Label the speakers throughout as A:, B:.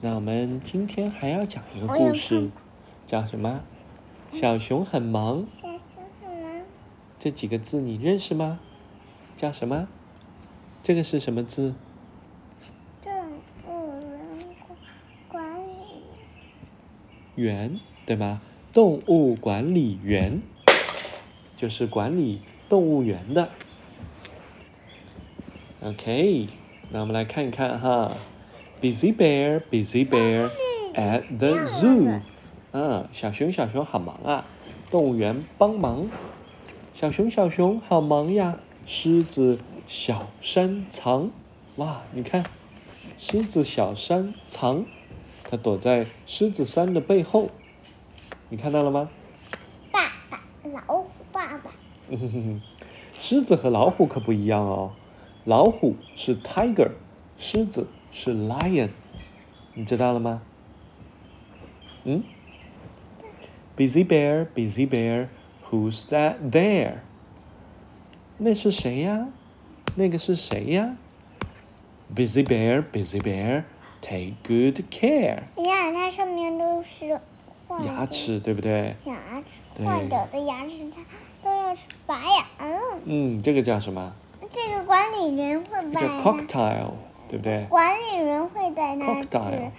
A: 那我们今天还要讲一个
B: 我有
A: 故事
B: 看，
A: 叫什么？小熊很忙
B: 小熊很忙，
A: 这几个字你认识吗？叫什么？这个是什么字？
B: 政务人管管理
A: 员，对吗？动物管理员就是管理动物园的。OK，那我们来看一看哈，Busy Bear, Busy Bear at the Zoo。嗯，小熊小熊好忙啊，动物园帮忙。小熊小熊好忙呀，狮子小山藏。哇，你看，狮子小山藏，它躲在狮子山的背后，你看到了吗？
B: 爸爸老虎爸爸，
A: 狮子和老虎可不一样哦，老虎是 tiger，狮子是 lion，你知道了吗？嗯？Busy bear, busy bear, who's that there？那是谁呀？那个是谁呀？Busy bear, busy bear, take good care。
B: 你看它上面都是坏的
A: 牙，齿对不对？
B: 牙齿
A: 对
B: 坏掉的牙齿，它都要去拔牙。嗯，
A: 嗯，这个叫什么？
B: 这个管理员会
A: 这
B: 拔
A: 叫
B: 牙，
A: cocktail，对不对？
B: 管理员会带它去
A: Crocodile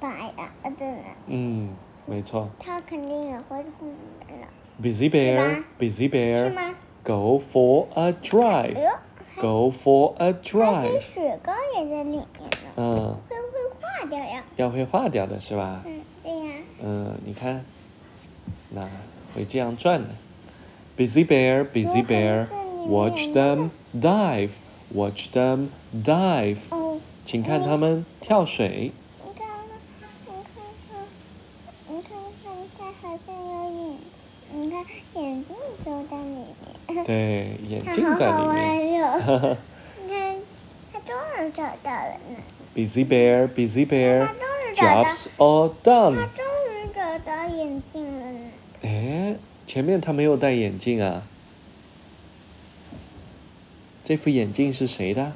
B: 拔牙的，
A: 嗯，没错。
B: 它肯定也会痛的，
A: Busy bear,
B: 吧
A: busy
B: 是
A: bear,
B: 吗？
A: go for a
B: 哎
A: drive,
B: 呦，哎
A: go for a
B: 还还有
A: drive。
B: 雪糕也在里面呢，
A: 嗯，
B: 会不会化掉呀？
A: 要会化掉的是吧？
B: 嗯，对呀。
A: 嗯，你看，那会这样转的。Busy bear, busy
B: 有可能
A: bear,
B: 是你们
A: watch
B: 有
A: them dive, watch them dive。
B: 哦，
A: 请看他们跳水。
B: 你看看，你看看，你看看，它好像有眼，你看眼睛都在里面，
A: 对，眼
B: 它
A: 镜
B: 嗯好哎
A: 在
B: 好
A: 里面。
B: 玩哟！你看，它终于找到了呢，
A: busy bear, busy
B: 它
A: bear,
B: 终于找到，
A: jobs all
B: 它
A: done。
B: 终于找到眼镜了呢。
A: 哎，前面他没有戴眼镜啊。这副眼镜是谁的？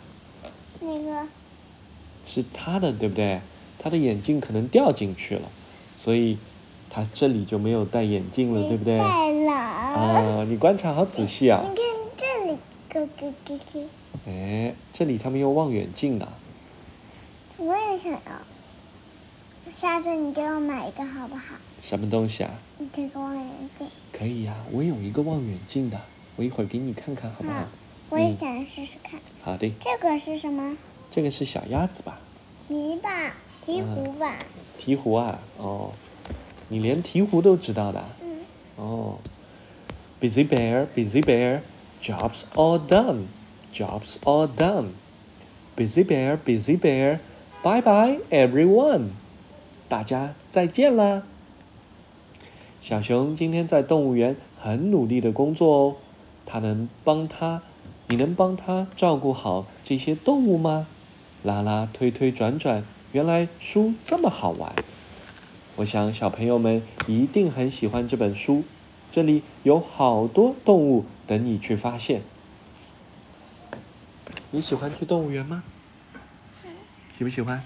B: 那个，
A: 是他的，对不对？他的眼镜可能掉进去了，所以他这里就没有戴眼镜了，对不对？
B: 戴了，
A: 啊，你观察好仔细啊
B: 你。看这里，咯咯咯咯，
A: 哎，这里他们用望远镜的。
B: 我也想要，下次你给我买一个好不好？
A: 什么东西啊？
B: 你这个望远镜。
A: 可以呀、啊我有一个望远镜的，我一会儿给你看看好不好
B: 好？我也
A: 嗯
B: 想试试看。
A: 好的，
B: 这个是什么？
A: 这个是小鸭子吧？
B: 提吧，提壶吧。
A: 鹈鹕啊，哦，你连鹈鹕都知道的啊。
B: 嗯，
A: 哦，busy bear, busy bear, jobs all done, jobs all done. Busy bear, busy bear, bye bye everyone. 大家再见啦！小熊今天在动物园很努力的工作哦，它能帮它，你能帮它照顾好这些动物吗？拉拉推推转转，原来书这么好玩。我想小朋友们一定很喜欢这本书，这里有好多动物等你去发现。你喜欢去动物园吗？喜不喜欢？